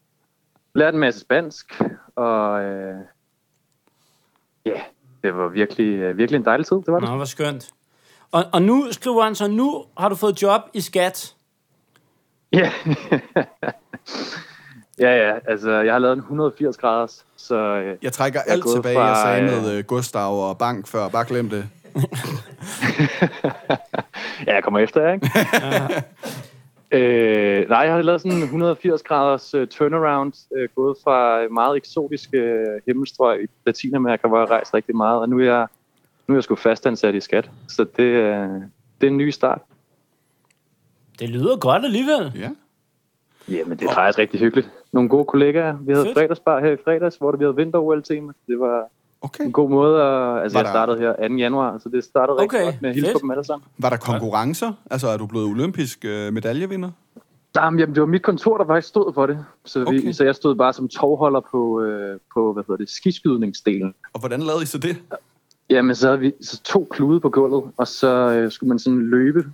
lærte en masse spansk, og øh, ja, det var virkelig, øh, virkelig en dejlig tid, det var det.
Nå, hvor skønt. Og, og nu skriver han så, nu har du fået job i skat.
Ja. ja, ja. Altså, jeg har lavet en 180 graders, så øh,
Jeg trækker
er
alt
gået
tilbage,
fra,
jeg sagde
øh,
med øh, Gustav og Bank før. Bare glem det.
ja, jeg kommer efter jer, ikke? øh, nej, jeg har lavet sådan en 180 graders uh, turnaround, uh, gået fra meget eksotiske uh, himmelstrøg i Latinamerika, hvor jeg har rejst rigtig meget, og nu er jeg, nu er jeg sgu fastansat i skat. Så det, uh, det er en ny start.
Det lyder godt alligevel.
Ja.
Jamen, det er faktisk rigtig hyggeligt. nogle gode kollegaer. Vi havde
Fedt.
fredagsbar her i fredags, hvor vi havde vinter-OL-tema. Det var
Okay.
en god måde at... Altså,
Var
jeg
der-
startede her 2. januar, så det startede rigtig
Okay,
godt med at hilse på
fedt.
dem alle sammen.
Var der konkurrencer? Altså, er du blevet olympisk øh, medaljevinder?
Jamen, jamen, det var mit kontor, der faktisk stod for det. Så, vi,
Okay.
okay. så jeg stod bare som tovholder på, øh, på hvad hedder det, skiskydningsdelen.
Og hvordan lavede I så det?
Jamen, så havde vi så to klude på gulvet, og så øh, skulle man sådan løbe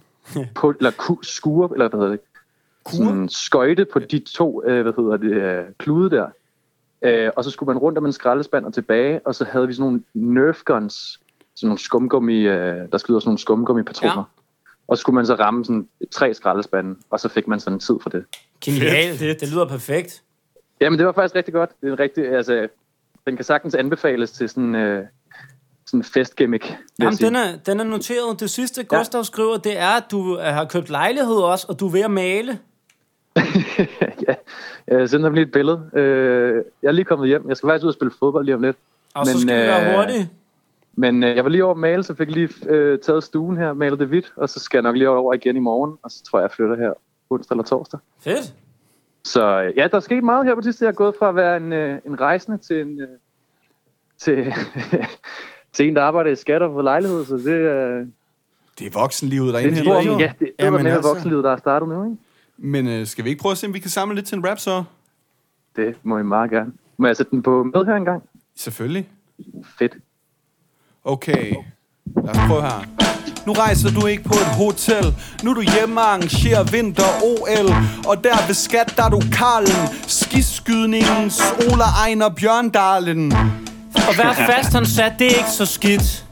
på, eller ku, skure, eller hvad hedder det? Sådan skøjte på de to, øh, hvad hedder det, øh, klude der. Øh, og så skulle man rundt om en skraldespand og tilbage, og så havde vi sådan nogle Nerf guns, sådan nogle skumgummi, øh, der skyder sådan nogle skumgummi-patroner.
Ja.
Ja. Og så skulle man så ramme sådan tre skraldespande, og så fik man sådan en tid for det.
Genialt. Det lyder perfekt.
Jamen, det var faktisk rigtig godt. Det er en rigtig, altså, den kan sagtens anbefales til sådan, øh, sådan en festgimmick. vil jeg
Jamen,
sige.
den er, den er noteret. Det sidste, Gustav skriver, det er, at du øh, har købt lejlighed også, og du er ved at male.
ja, jeg sender dem lige et billede. Øh, jeg er lige kommet hjem. Jeg skal faktisk ud og spille fodbold lige om lidt.
Og men, så skal øh, vi være hurtige.
Men øh, jeg var lige over at male, så fik jeg lige øh, taget stuen her, malet det hvidt, og så skal jeg nok lige over igen i morgen, og så tror jeg, jeg flytter her onsdag eller torsdag.
Fedt.
Så øh, ja, der er sket meget her på det sidste. Jeg er gået fra at være en, øh, en rejsende til en, øh, til, til en, der arbejder i skat og på lejlighed, så det, øh,
Det er voksenlivet
det er
derinde.
en
Det
stor Ja, det, det var
Jamen,
mere
altså.
voksenlivet, der er startet nu, ikke?
Men øh, skal vi ikke prøve at se, om vi kan samle lidt til en rap så?
Det må I meget gerne. Må jeg sætte den på med her engang?
Selvfølgelig.
Fedt.
Okay. Lad os prøve her.
Nu rejser du ikke på et hotel Nu er du hjemme og arrangerer vinter-OL Og der ved skat, der er du Karlen Skiskydningens Ola Ejner Bjørndalen
Og vær fastansat, det er ikke så skidt.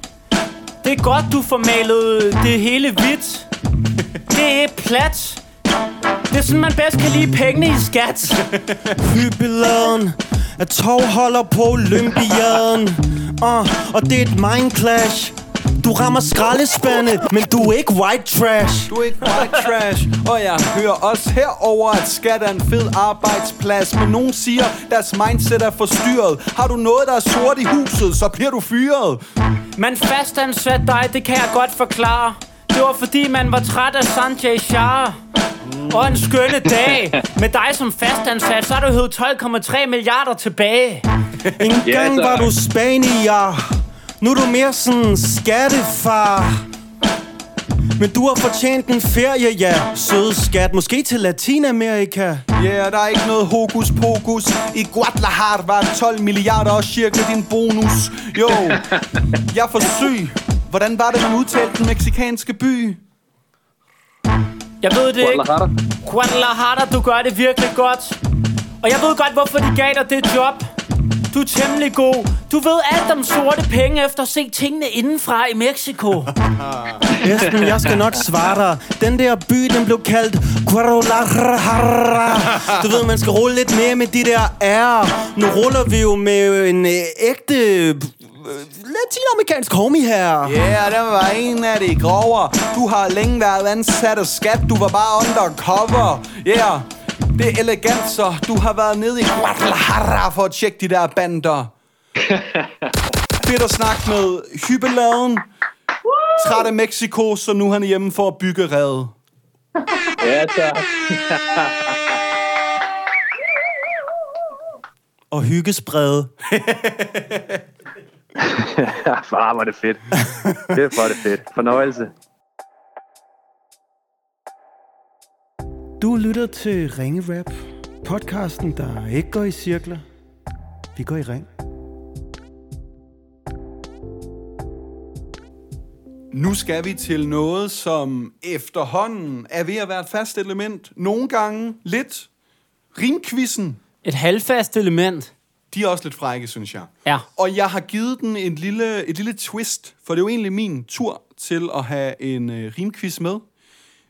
Det er godt, du får malet det hele hvidt. Det er plat. Det er sådan, man bedst kan lide pengene i skat.
Hyppeladen er tovholder på Olympiaden uh, Og det er et mindclash Du rammer skraldespande, men du er ikke white trash
Du er ikke white trash Og jeg hører også herover at skat er en fed arbejdsplads Men nogen siger, deres mindset er forstyrret Har du noget, der er sort i huset, så bliver du fyret
Man fastansat dig, det kan jeg godt forklare. Det var fordi, man var træt af Sanjay Shah. Og en skønne dag. Med dig som fastansat, så har du hævet 12,3 milliarder tilbage.
En
Ja,
gang
tak.
var du spanier Nu er du mere sådan skattefar Men du har fortjent en ferie, ja Søde skat, måske til Latinamerika
Ja, yeah, der er ikke noget hokus pokus I Guadalajara var det 12 milliarder og cirka din bonus Jo, jeg får syg Hvordan var det, man udtalte den meksikanske by?
Jeg ved det ikke.
Guadalajara.
Guadalajara, du gør det virkelig godt. Og jeg ved godt, hvorfor de gav dig det job. Du er temmelig god. Du ved alt om sorte penge efter at se tingene indenfra i Mexico.
Esben, jeg skal nok svare dig. Den der by, den blev kaldt Guadalajara. Du ved, man skal rulle lidt mere med de der R. Nu ruller vi jo med en øh, ægte øh, latinamerikansk homie her.
Ja, yeah, der var en af de grovere Du har længe været ansat af skat Du var bare undercover Yeah, det er elegant så Du har været nede i Guadalajara for at tjekke de der bander Fedt at snakke med hyppeladen Træt af Mexico, så nu er han hjemme for at bygge rede.
Ja, tak.
Og hyggesprede.
Ja, far, var det fedt. Det var det fedt. Fornøjelse.
Du lytter til Ringe Rap. Podcasten, der ikke går i cirkler. Vi går i ring.
Nu skal vi til noget, som efterhånden er ved at være et fast element. Nogle gange lidt. Rimquizen,
Et halvfast element.
de er også lidt frække, synes jeg.
Ja.
Og jeg har givet den en lille, et lille twist, for det er jo egentlig min tur til at have en øh, rimquiz med.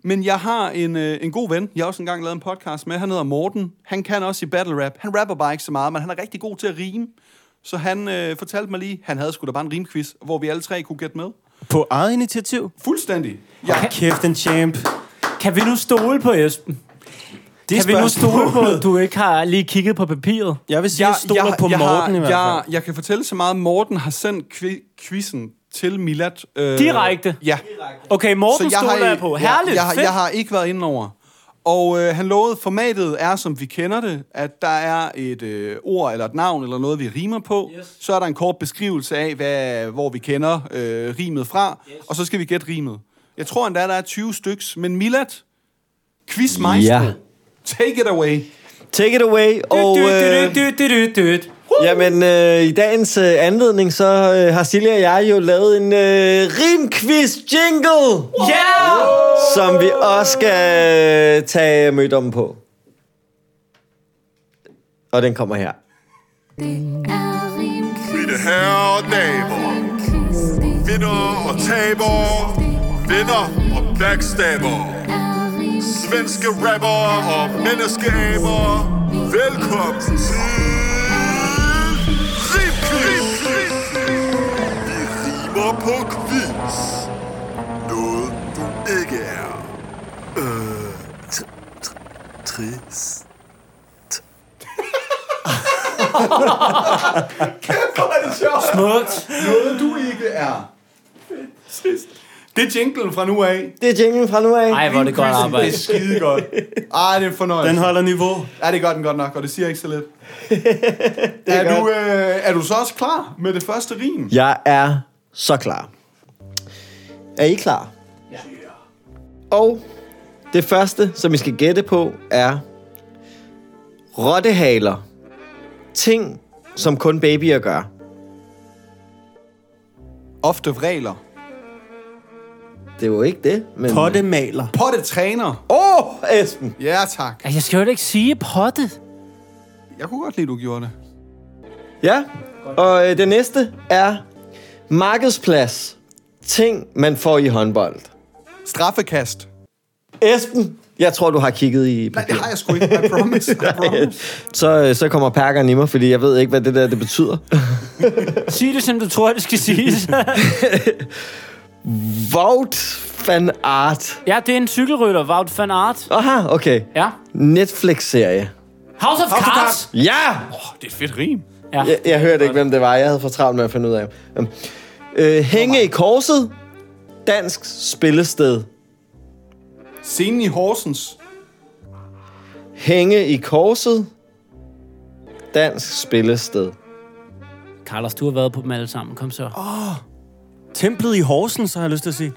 Men jeg har en, øh, en god ven, jeg har også engang lavet en podcast med, han hedder Morten. Han kan også i battle rap. Han rapper bare ikke så meget, men han er rigtig god til at rime. Så han øh, fortalte mig lige, han havde sgu da bare en rimquiz, hvor vi alle tre kunne gætte med.
På eget initiativ.
Fuldstændig.
Ja. Kæft, en champ.
Kan vi nu stole på Esben?
Det
Kan vi nu stole
spørgsmål-
på, at du ikke har lige kigget på papiret?
Jeg vil sige, jeg, jeg stoler jeg, på jeg, Morten
har,
i hvert fald.
Jeg, jeg kan fortælle så meget, Morten har sendt kvi- quizzen til Milad. Øh,
Direkte?
Ja.
Okay, Morten stoler jeg
i-
på.
ja,
Herligt,
jeg, har-
fedt.
jeg har ikke været inde over. Og øh, han lovede, formatet er, som vi kender det, at der er et øh, ord eller et navn eller noget, vi rimer på. Yes. Så er der en kort beskrivelse af, hvad, hvor vi kender øh, rimet fra, yes. og så skal vi gætte rimet. Jeg tror endda, der er 20 styks, men Milat, quizmeister,
Ja.
ja. take it away.
Take it away. Og, øh, Jamen, øh, i dagens øh, anledning, så øh, har Silja og jeg jo lavet en øh, rimquiz jingle,
Yeah!
som vi også skal øh, tage mødommen på. Og den kommer her.
Mine herrer og damer, vinder og taber, vinder og backstabber, svenske rapper og menneskeaber, velkommen til Rimquiz. Vi rimer på quiz, noget du ikke er. Øh, tr- tr- trist.
Smukt.
Noget, du ikke er. Det er jinglen fra nu af.
Det er jinglen fra nu af.
Ej, hvor er det godt
Det
arbejde.
er skide godt. Ej, det er en fornøjelse. Den
holder niveau.
Ja, det gør den godt nok, og det siger ikke så lidt. er, du, øh, er du så også klar med det første rim?
Jeg er så klar. Er I klar? Ja. Og det første, som I skal gætte på, er rottehaler. Ting, som kun babyer gør.
Ofte regler.
Det er jo ikke det, men...
Pottemaler.
Potte træner.
Åh, oh, Esben!
Ja, tak.
Ej, Jeg skal jo ikke sige potte.
Jeg kunne godt lide, du gjorde det.
Ja, og øh, det næste er markedsplads. Ting, man får i håndbold.
Straffekast.
Esben, jeg tror, du har kigget i...
Nej, det har jeg sgu ikke. I promise. I promise.
Så, øh, så kommer perkeren i mig, fordi jeg ved ikke, hvad det der det betyder.
Sig det, som du tror, det skal siges.
Vogt fan art.
ja, det er en cykelrytter, Wout van Aert.
Aha, okay.
Ja.
Netflix-serie.
House of Cards.
Ja!
Det er et fedt rim.
Ja.
Jeg, jeg hørte ikke, hvem det var. Jeg havde for travlt med at finde ud af. Øhm, Øh, hænge i korset. Dansk spillested.
Scenen i Horsens.
Hænge i korset. Dansk spillested.
Carlos, du har været på dem alle sammen. Kom så.
Templet i Horsens, har jeg lyst til at sige.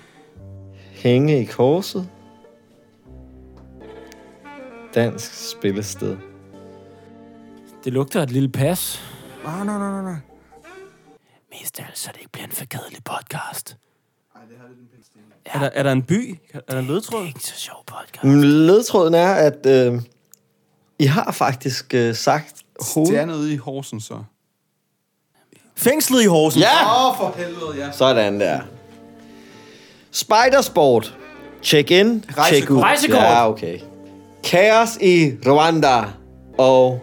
Hænge i korset. Dansk spillested.
Det lugter af et lille pas.
Nej, nej, nej, nej.
Mest af alt, så det ikke bliver en for kedelig podcast.
Er der, er der en by? Er der en ledtråd?
Ikke så sjov podcast.
Mm, Ledtråden er, at øh, I har faktisk øh, sagt
Det
hoved...
er nede i Horsens, så.
Fængslet i Horsens.
Ja!
Åh, oh, for helvede, ja.
Sådan der. Spidersport. Check in, check
Rejsekort.
ud.
Rejsekort.
Ja, okay. Kaos i Rwanda og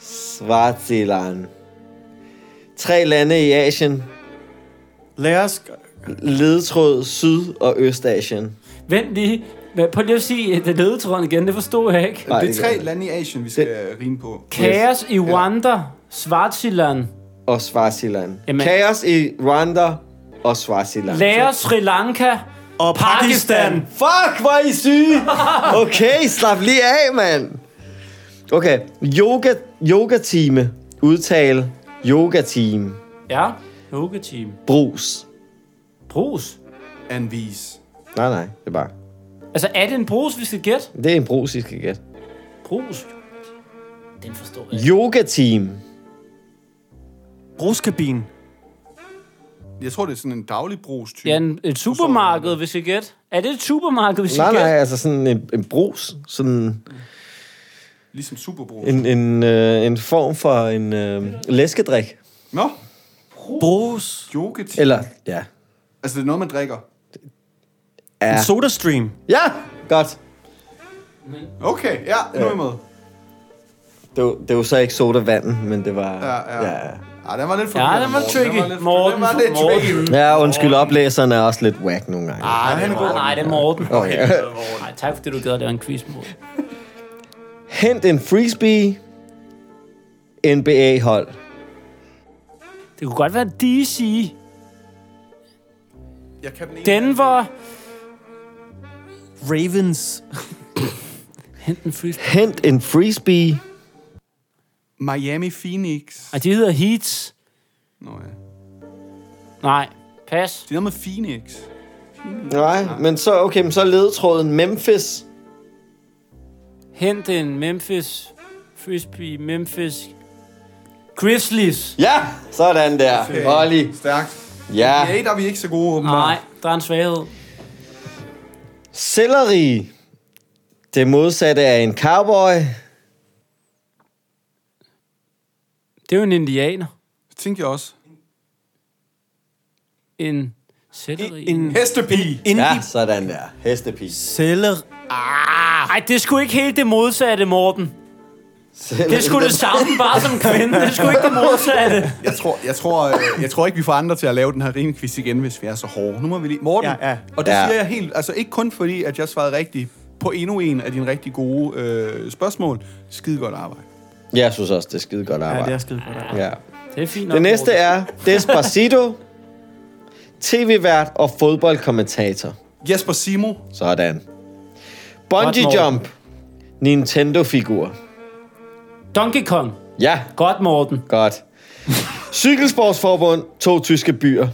Swaziland. Tre lande i Asien.
Lad os...
Ledtråd Syd- og Østasien.
Vent lige. Hvad- Prøv lige at sige øh, det ledetråden igen. Det forstod jeg ikke.
Nej,
Det er
ikke
tre
det.
lande i Asien, vi skal rime på.
Kaos i Rwanda, Svartiland,
Og Swaziland.
Jamen-
Kaos i Rwanda og Swaziland.
Laos, Sri Lanka,
Og Pakistan.
Pakistan.
Fuck, hvor er I syge! Okay, slap lige af, mand. Okay, yoga, yoga time. Udtale yoga team.
Ja, Yoga Team.
Brus.
Brus.
Anvis.
Nej, nej, det er bare...
Altså, er det en brus, vi skal gætte?
Det er en brus, I skal gætte.
Brus. Den forstår jeg. ikke.
Yoga team.
Bruskabinen.
Jeg tror, det er sådan en daglig brugstype.
Ja, en, et supermarked, vi skal gætte. Er det et supermarked, vi
Nej,
skal
nej,
gætte?
altså sådan en, en brus. Sådan
Ligesom superbrug.
en, en, øh, en form for en øh, læskedrik.
Nå,
Brus.
yoga
Eller, ja.
Altså, det er noget, man drikker.
En sodastream.
Ja, godt.
Okay, ja, nu er jeg med.
Det var, det var så ikke sodavanden, men det var...
Ja, ja.
ja.
Ah, den var lidt for
Ja, den var tricky. Morten,
Den var lidt
Morten.
tricky.
Ja, undskyld, oplæseren er også lidt whack nogle
Ah,
Nej, det er
gange.
Morten. Nej, det er Morten.
Okay.
Nej, tak fordi du gad, det var en quiz, Morten.
Hent en frisbee. NBA-hold.
Det kunne godt være DC,
Jeg kan den ene.
Denver,
Ravens.
Hent en frisbee.
Hent en frisbee.
Miami Phoenix.
Ej, de hedder Heats.
Nå ja.
Nej, pas.
Det er noget med Phoenix.
Nej, men så, okay, men så er ledetråden Memphis.
Hent en Memphis Frisbee, Memphis Grizzlies.
Ja, sådan der.
Okay.
Olli.
Stærkt.
Ja.
Ja, der er vi ikke så gode, åbenbart.
Nej, der er en svaghed.
Selleri. Det modsatte af en cowboy.
Det er jo en indianer.
Det tænkte jeg også.
En sætteri.
En
hestepige.
En,
Ja, sådan der. Hestepige.
Celler.
Nej, det er sgu ikke helt det modsatte, Morten. Det er sgu det samme, bare som kvinde. Det er sgu ikke det modsatte.
Jeg tror, jeg, tror, øh, jeg tror ikke, vi får andre til at lave den her rimekvist igen, hvis vi er så hårde. Nu må vi lige... Morten,
Ja, ja.
og det
Ja.
siger jeg helt... Altså ikke kun fordi, at jeg svarede rigtigt på endnu en af dine rigtig gode øh, spørgsmål. Skide godt arbejde.
Jeg synes også, det er skide godt
Ja, det
arbejde.
er skide godt.
Ja.
Det er fint nok,
Det næste
Morten.
er Despacito. TV-vært og fodboldkommentator.
Jesper Simo.
Sådan.
Godt,
Bungee
Morten.
jump. Nintendo-figur.
Donkey Kong.
Ja,
Godt, Morten.
godt. Cykelsportsforbund. To tyske byer.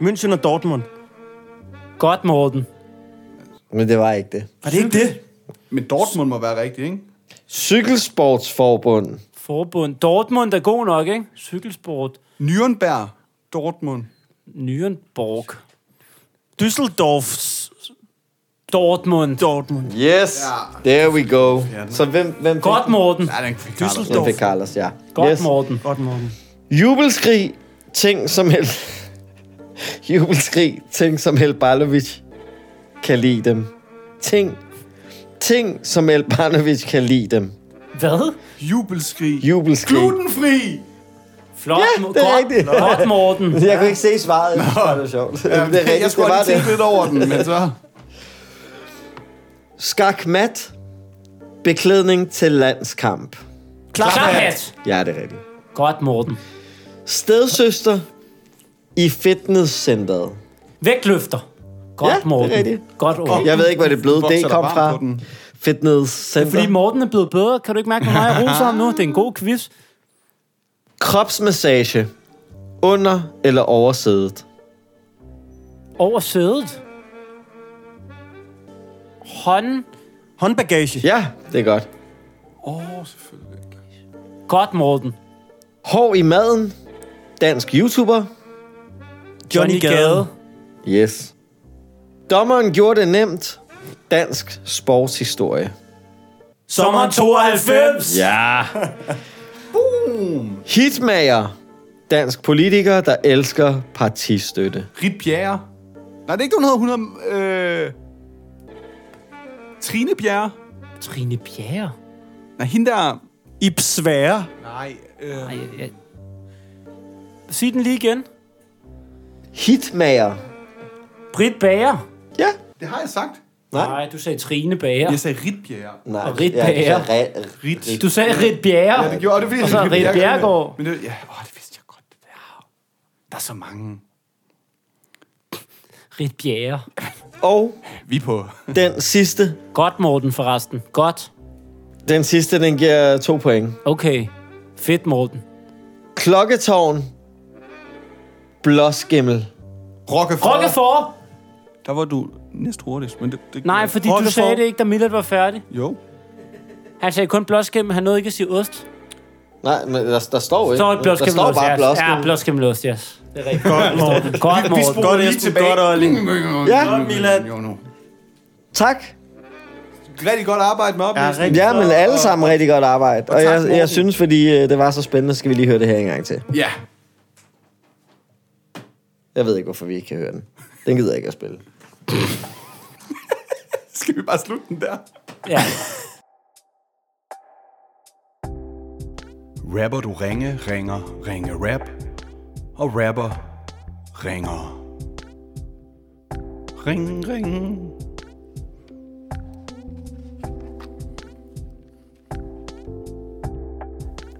München og Dortmund.
Godt, Morten.
Men det var ikke det.
Var det ikke det?
Men Dortmund må være rigtig, ikke?
Cykelsportsforbund.
Forbund. Dortmund er god nok, ikke? Cykelsport.
Nürnberg. Dortmund.
Nürnberg.
Düsseldorfs
Dortmund.
Dortmund.
Yes, there we go. Så hvem, hvem fik,
Godt, Morten.
Ja, den fik Carlos.
Düsseldorf.
hvem fik Carlos? Ja.
Godt,
yes.
Morten.
Godt, Morten.
Jubelskrig, ting som hel... Jubelskrig, ting som Elbalovic kan lide dem. Ting, ting som Elbalovic kan lide dem.
Hvad?
Jubelskrig.
Jubelskrig.
Glutenfri.
Flot.
Ja, det er
godt,
rigtigt.
Godt, Morten.
Jeg kunne ikke se svaret. Jeg synes bare, Det var sjovt.
Ja,
det er rigtigt,
jeg
det
skulle
var
have
det.
tænkt lidt over den, men så...
Skakmat, beklædning til landskamp.
Klaphat.
Ja, det er rigtigt.
Godt, Morten.
Stedsøster i fitnesscenteret.
Vægtløfter. Godt,
Ja, det er
Morten.
rigtigt.
Godt, Morten.
Jeg ved ikke, hvor det blev.
Vokser
Det
der
kom
barn
fra
på den?
fitnesscenter.
Fordi Morten er blevet bedre. Kan du ikke mærke, hvor meget jeg roser ham nu? Det er en god quiz.
Kropsmassage. Under eller oversidet.
Over sædet. Hånd.
Håndbagage.
Ja, det er godt.
Åh, oh, selvfølgelig.
Godt, Morten.
Hår i maden. Dansk YouTuber.
Johnny Gade.
Yes. Dommeren gjorde det nemt. Dansk sportshistorie.
Sommeren 92.
Ja. Hitmager. Dansk politiker, der elsker partistøtte.
Rit Bjerre. Nej, det er ikke, hun hedder. Hun hedder... Øh... Trine Bjerre.
Trine Bjerre.
Nej, hende der...
Ib Svære.
Nej, øh...
Ej, jeg... Sig den lige igen.
Hitmager.
Britt Bager.
Ja.
det har jeg sagt.
Nej.
Nej, du sagde Trine Bager.
Jeg sagde Rit Bjerre.
Nej.
Og Rit
ja, det er
Bager.
re-
Rit.
Du sagde Rit Bjerre.
Ja, det gjorde det, fordi
Og så
Ritt
Ritt
Bjerre kom
Bjerregaard.
med. Men det, ja, åh, det vidste jeg godt. Ja. Der er så mange.
Rit Bjerre.
Og
Vi er på.
den sidste.
Godt, Morten, forresten. Godt.
Den sidste, den giver to point.
Okay. Fedt, Morten.
Klokketårn. Blåskimmel.
Rockefeller.
Rockefor!
Der var du næst hurtigst, men det... det
Nej, fordi du sagde det ikke, da Millet var færdig.
Jo.
Han sagde kun blåskimmel. Han nåede ikke at sige ost.
Nej, men der, der står
Så
ikke.
er det
der
blåskimmel
står
ost,
bare
yes.
blåskimmel.
Ja, blåskimmel ost, yes. Det er rigtigt. Godt, Morten. Godt, Morten.
Godt, Esben. Godt, Olli.
Ja.
Milan.
Jo, nu.
Tak.
Rigtig godt arbejde med oplysning.
rigtig.
Ja, men alle sammen rigtig godt arbejde. Og
tak,
jeg,
Morten.
jeg synes, fordi øh, det var så spændende, skal vi lige høre det her en gang til.
Ja.
Jeg ved ikke, hvorfor vi ikke kan høre den. Den gider jeg ikke at spille.
Skal vi bare slutte den der?
Ja.
Rapper du ringe, ringer, ringe rap. Og rapper ringer. Ring, ring.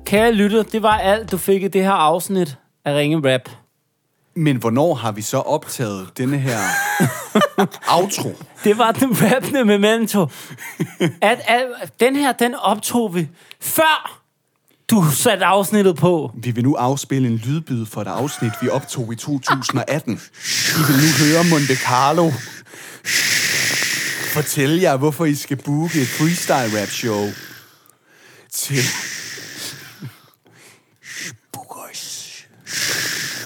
Kære lytter, det var alt, du fik i det her afsnit af Ringe Rap.
Men hvornår har vi så optaget denne her outro?
Det var den rappende memento. At, at, den her, den optog vi før du satte afsnittet på.
Vi vil nu afspille en lydbyd for et afsnit, vi optog i 2018. I vil nu høre Monte Carlo fortælle jer, hvorfor I skal booke et freestyle rap show til...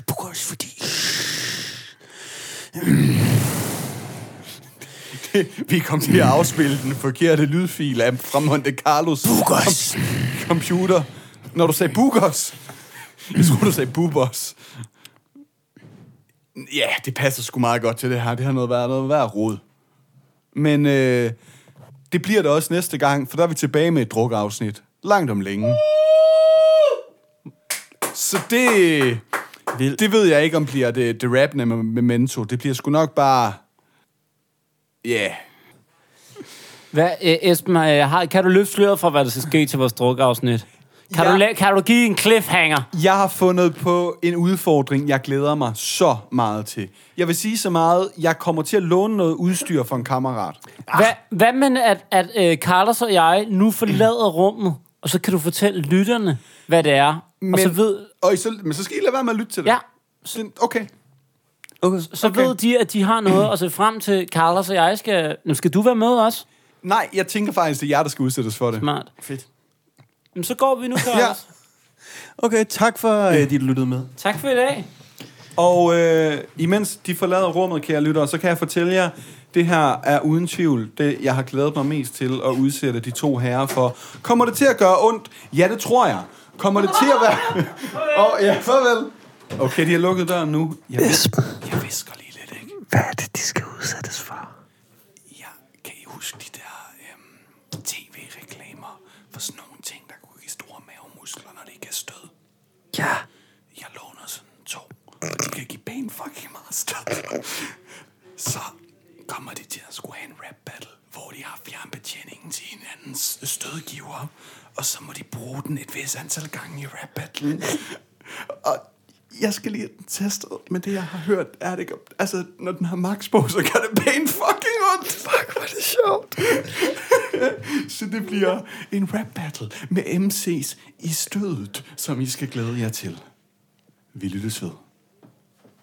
Bukarest, fordi...
Vi kom til at afspille den forkerte lydfil af, fra Monte Carlos Bugos. computer. Når du sagde Bugos, jeg tror, du sagde Bubos. Ja, det passer sgu meget godt til det her. Det har noget været noget værd rod. Men øh, det bliver det også næste gang, for der er vi tilbage med et drukafsnit. Langt om længe. Så det... Det ved jeg ikke, om bliver det, det rappende med Memento. Det bliver sgu nok bare... Ja, yeah.
Hvad, øh, Esben, øh, har, kan du løfte sløret for, hvad der skal ske til vores drukafsnit? Kan, ja. du, la- kan du give en cliffhanger?
Jeg har fundet på en udfordring, jeg glæder mig så meget til. Jeg vil sige så meget, jeg kommer til at låne noget udstyr for en kammerat.
Hvad, hvad med, at, at øh, Carlos og jeg nu forlader rummet, og så kan du fortælle lytterne, hvad det er? Men, og så ved...
Og I så, men så skal I lade være med at lytte til det.
Ja.
Så, okay.
okay. Så okay. ved de, at de har noget at se frem til. Carlos og jeg skal... Nu skal du være med også.
Nej, jeg tænker faktisk, det er jer, der skal udsættes for det.
Smart. Fedt. Jamen, så går vi nu, Carlos.
Ja.
ja.
Okay, tak for, at I lyttede med.
Tak for i dag.
Og øh, imens de forlader rummet, kære lyttere, så kan jeg fortælle jer, det her er uden tvivl det, jeg har glædet mig mest til at udsætte de to herrer for. Kommer det til at gøre ondt? Ja, det tror jeg. Kommer det til at være... Åh, oh, ja, farvel. Okay, de har lukket døren nu. Jeg, vis- jeg visker lige lidt, ikke? Hvad er det, de skal udsættes for? Ja, kan I huske de der øhm, tv-reklamer for sådan nogle ting, der kunne give store mavemuskler, når det ikke er stød? Ja. Jeg låner sådan to. De kan give pænt fucking meget stød. Så kommer de til at skulle have en rap battle, hvor de har fjernbetjeningen til hinandens stødgiver, og så må de bruge den et vis antal gange i rap battlen. og jeg skal lige have den testet, men det jeg har hørt, er det ikke... Altså, når den har max på, så gør det pænt fucking ondt. Fuck, hvor er det sjovt. så det bliver en rap battle med MC's i stødet, som I skal glæde jer til. Vi lyttes ved.